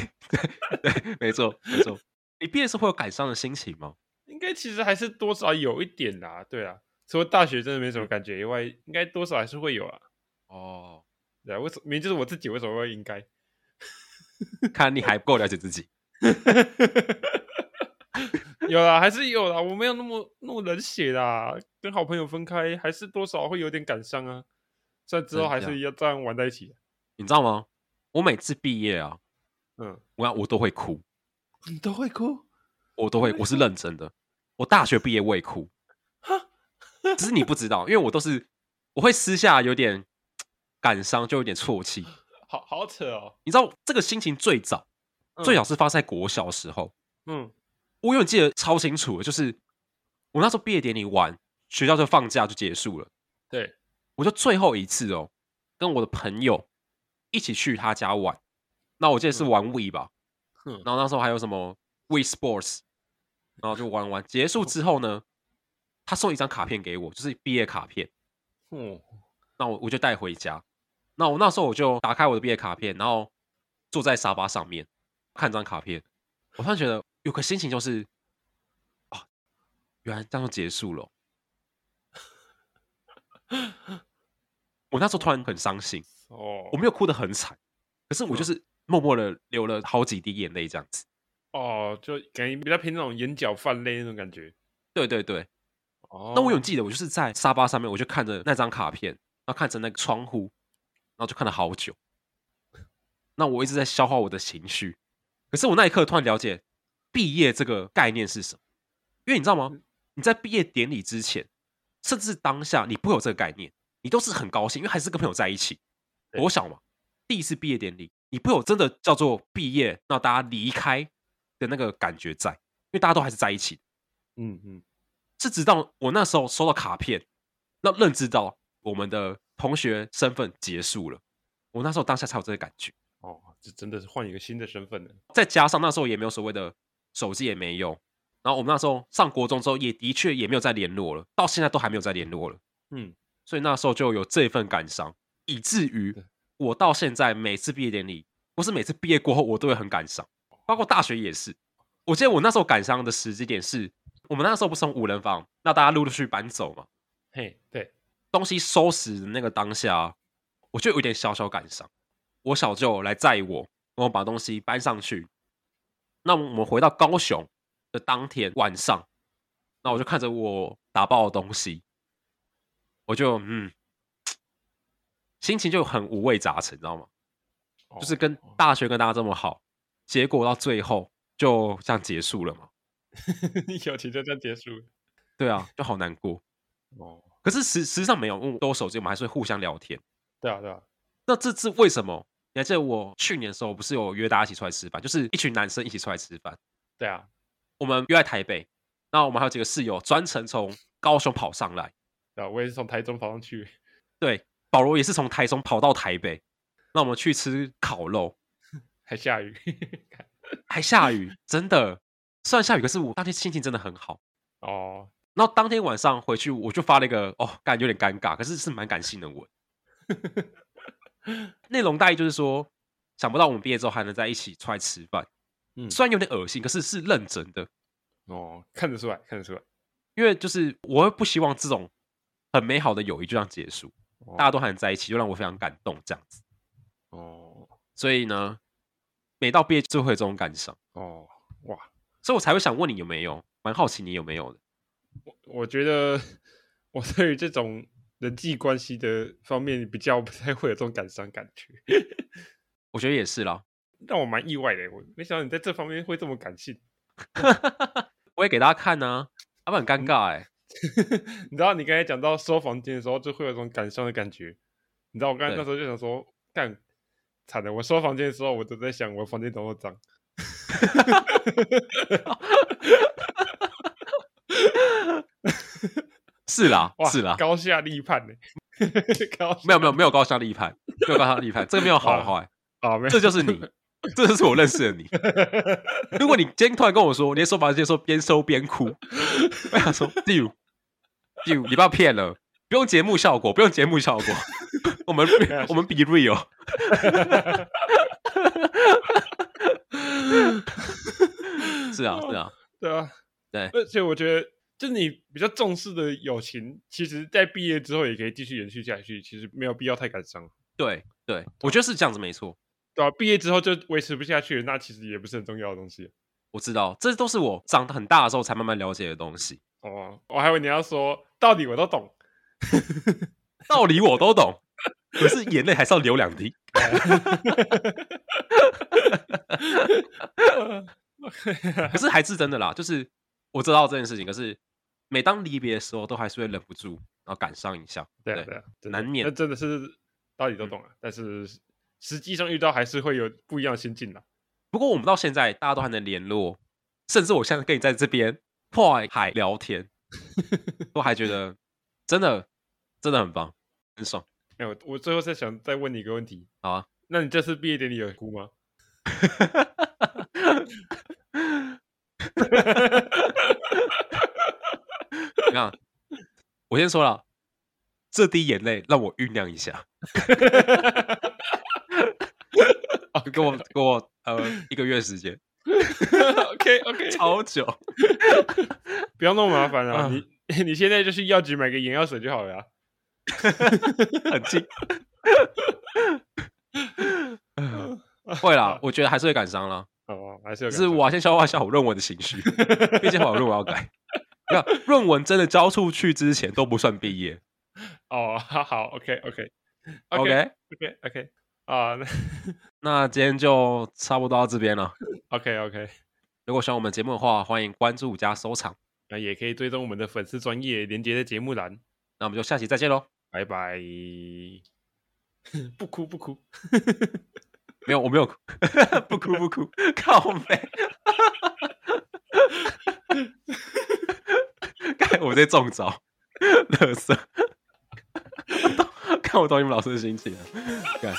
Speaker 1: 没错，没错。你毕业是会有感伤的心情吗？
Speaker 2: 应该其实还是多少有一点啦，对啊，除了大学真的没什么感觉以外，应该多少还是会有啊。
Speaker 1: 哦，
Speaker 2: 对啊，为什明明就是我自己，为什么会应该？
Speaker 1: 看来你还不够了解自己。
Speaker 2: 有啦，还是有啦，我没有那么那么冷血啦。跟好朋友分开，还是多少会有点感伤啊。虽然之后还
Speaker 1: 真的
Speaker 2: 是要这样玩在一起。
Speaker 1: 你知道吗？我每次毕业啊，
Speaker 2: 嗯，
Speaker 1: 我我都会哭，
Speaker 2: 你都会哭？
Speaker 1: 我都会，我是认真的。我大学毕业我也哭，
Speaker 2: 哈，
Speaker 1: 只是你不知道，因为我都是我会私下有点感伤，就有点啜泣。
Speaker 2: 好好扯哦。
Speaker 1: 你知道这个心情最早、
Speaker 2: 嗯
Speaker 1: 最早是发生在国小的时候，
Speaker 2: 嗯
Speaker 1: 我永远记得超清楚的，就是我那时候毕业典礼完，学校就放假就结束了，
Speaker 2: 对，
Speaker 1: 我就最后一次哦，跟我的朋友一起去他家玩。那我记得是玩 We 吧，
Speaker 2: 嗯
Speaker 1: 然后那时候还有什么 We Sports，然后就玩玩。结束之后呢，他送一张卡片给我，就是毕业卡片。哦
Speaker 2: 嗯，
Speaker 1: 那我我就带回家。那我那时候我就打开我的毕业卡片，然后坐在沙发上面看张卡片，我突然觉得有个心情就是，啊，原来这样就结束了哦。我那时候突然很伤心，
Speaker 2: 哦
Speaker 1: 我没有哭得很惨，可是我就是默默的流了好几滴眼泪这样子。
Speaker 2: 哦，就感觉比较偏那种眼角泛泪那种感觉。
Speaker 1: 对对对，
Speaker 2: 哦，
Speaker 1: 那我有记得，我就是在沙发上面，我就看着那张卡片，然后看着那个窗户，然后就看了好久。那我一直在消化我的情绪。可是我那一刻突然了解毕业这个概念是什么，因为你知道吗？
Speaker 2: 嗯
Speaker 1: 你在毕业典礼之前，甚至当下，你不会有这个概念，你都是很高兴，因为还是跟朋友在一起。
Speaker 2: 对
Speaker 1: 我想嘛，第一次毕业典礼，你不会有真的叫做毕业，那大家离开的那个感觉在，因为大家都还是在一起。
Speaker 2: 嗯嗯，
Speaker 1: 是直到我那时候收到卡片，那认知到我们的同学身份结束了，我那时候当下才有这个感觉。
Speaker 2: 哦，这真的是换一个新的身份了。
Speaker 1: 再加上那时候也没有所谓的手机也没有，然后我们那时候上国中之后也的确也没有再联络了，到现在都还没有再联络了。
Speaker 2: 嗯，
Speaker 1: 所以那时候就有这份感伤，以至于
Speaker 2: 对
Speaker 1: 我到现在每次毕业典礼，或是每次毕业过后，我都会很感伤，包括大学也是。我记得我那时候感伤的时机点是，我们那时候不是从五人房，那大家陆陆续续搬走嘛，
Speaker 2: 嘿，对，
Speaker 1: 东西收拾的那个当下，啊我就有点小小感伤。我小舅来载我，然后把东西搬上去。那我们回到高雄的当天晚上，那我就看着我打包的东西，我就嗯，心情就很五味杂陈，你知道吗？
Speaker 2: 哦
Speaker 1: 就是跟大学跟大家这么好，结果到最后就这样结束了嘛。
Speaker 2: 友情就这样结束了。
Speaker 1: 对啊，就好难过。
Speaker 2: 哦，
Speaker 1: 可是实实际上没有，因为我都有手机，我们还是会互相聊天。
Speaker 2: 对啊，对啊，
Speaker 1: 那这次为什么？你还记得我去年的时候不是有约大家一起出来吃饭，就是一群男生一起出来吃饭，
Speaker 2: 对啊，
Speaker 1: 我们约在台北，那我们还有几个室友专程从高雄跑上来，
Speaker 2: 对啊，我也是从台中跑上去。
Speaker 1: 对，保罗也是从台中跑到台北，那我们去吃烤肉，
Speaker 2: 还 下雨，
Speaker 1: 还下雨，真的，虽然下雨，可是我当天心情真的很好。
Speaker 2: 哦，
Speaker 1: 然后当天晚上回去，我就发了一个哦，感觉有点尴尬，可是是蛮感性的文。内容大意就是说，想不到我们毕业之后还能在一起出来吃饭，
Speaker 2: 嗯
Speaker 1: 虽然有点恶心，可是是认真的，
Speaker 2: 哦，看得出来，看得出来，
Speaker 1: 因为就是我会不希望这种很美好的友谊就这样结束，
Speaker 2: 哦
Speaker 1: 大家都还能在一起，就让我非常感动这样子。
Speaker 2: 哦
Speaker 1: 所以呢，每到毕业就会有这种感伤，
Speaker 2: 哦，哇，
Speaker 1: 所以我才会想问你有没有，蛮好奇你有没有的。
Speaker 2: 我觉得我对于这种人际关系的方面比较不太会有这种感伤感觉，
Speaker 1: 我觉得也是啦，
Speaker 2: 让我蛮意外的。我没想到你在这方面会这么感性。
Speaker 1: 我也给大家看呢、啊，要不然很尴尬哎、
Speaker 2: 你知道你刚才讲到收房间的时候，就会有一种感伤的感觉。你知道我刚才
Speaker 1: 对
Speaker 2: 那时候就想说，干惨了！我收房间的时候，我都在想我房间怎么脏。
Speaker 1: 是啦
Speaker 2: 哇，，
Speaker 1: 是啦，
Speaker 2: 高下立判呢、 高下
Speaker 1: 没有没有没有高下立判，没有高下立判，这个没有好坏，
Speaker 2: 啊，没有，
Speaker 1: 这就是 你，这就是我认识的你。 如果你今天突然跟我说，你在收房间的时候边收边哭， 我想说 d u d u 你不要骗了，不用节目效果，不用节目效果， 我们我们比 real，是啊是啊，
Speaker 2: 对啊，
Speaker 1: 对
Speaker 2: 而且我觉得，就你比较重视的友情，其实在毕业之后也可以继续延续下去，其实没有必要太感伤。
Speaker 1: 对对，我觉得是这样子没错，
Speaker 2: 对啊，毕业之后就维持不下去了，那其实也不是很重要的东西。
Speaker 1: 我知道，这都是我长得很大的时候才慢慢了解的东西，
Speaker 2: 哦，我还以为你要说道理我都懂，
Speaker 1: 道理我都懂，可是眼泪还是要流两滴。可是还是真的啦，就是我知道这件事情，可是每当离别的时候，都还是会忍不住然后感伤一下。
Speaker 2: 对啊
Speaker 1: 对
Speaker 2: 对啊，真的
Speaker 1: 难免嗯
Speaker 2: 那真的是道理都懂了，但是实际上遇到还是会有不一样的心境的。
Speaker 1: 不过我们到现在大家都还能联络，甚至我现在跟你在这边破海聊天，都还觉得真的真的很棒，很爽。
Speaker 2: 哎、我我最后再想再问你一个问题，
Speaker 1: 好啊，
Speaker 2: 那你这次毕业典礼有哭 吗？
Speaker 1: 你看，我先说了，这滴眼泪让我酝酿一下，给哦我给我呃一个月时间，
Speaker 2: OK OK，
Speaker 1: 超久。
Speaker 2: 不要那么麻烦啊！
Speaker 1: 嗯
Speaker 2: 你 你现在就去药局买个眼药水就好了、啊。
Speaker 1: 很近。会啦，我觉得还是会感伤啦。
Speaker 2: 哦，还是有
Speaker 1: 只
Speaker 2: 感
Speaker 1: 是
Speaker 2: 伤
Speaker 1: 我要先消化一下我论文的情绪，毕竟我有论文要改。那论文真的交出去之前都不算毕业。
Speaker 2: 哦，好好，OK OK
Speaker 1: OK，
Speaker 2: OK OK，啊，那
Speaker 1: 那今天就差不多到这边了。
Speaker 2: OK OK，
Speaker 1: 如果喜欢我们节目的话，欢迎关注加收藏。
Speaker 2: 那也可以追踪我们的粉丝专业连接在节目栏。
Speaker 1: 那我们就下期再见喽。
Speaker 2: 拜拜， 不哭不哭，
Speaker 1: 没有，我没有哭， 不哭不哭，靠背。 看我在中招， 啊乐色。看我懂你们老师的心情了、干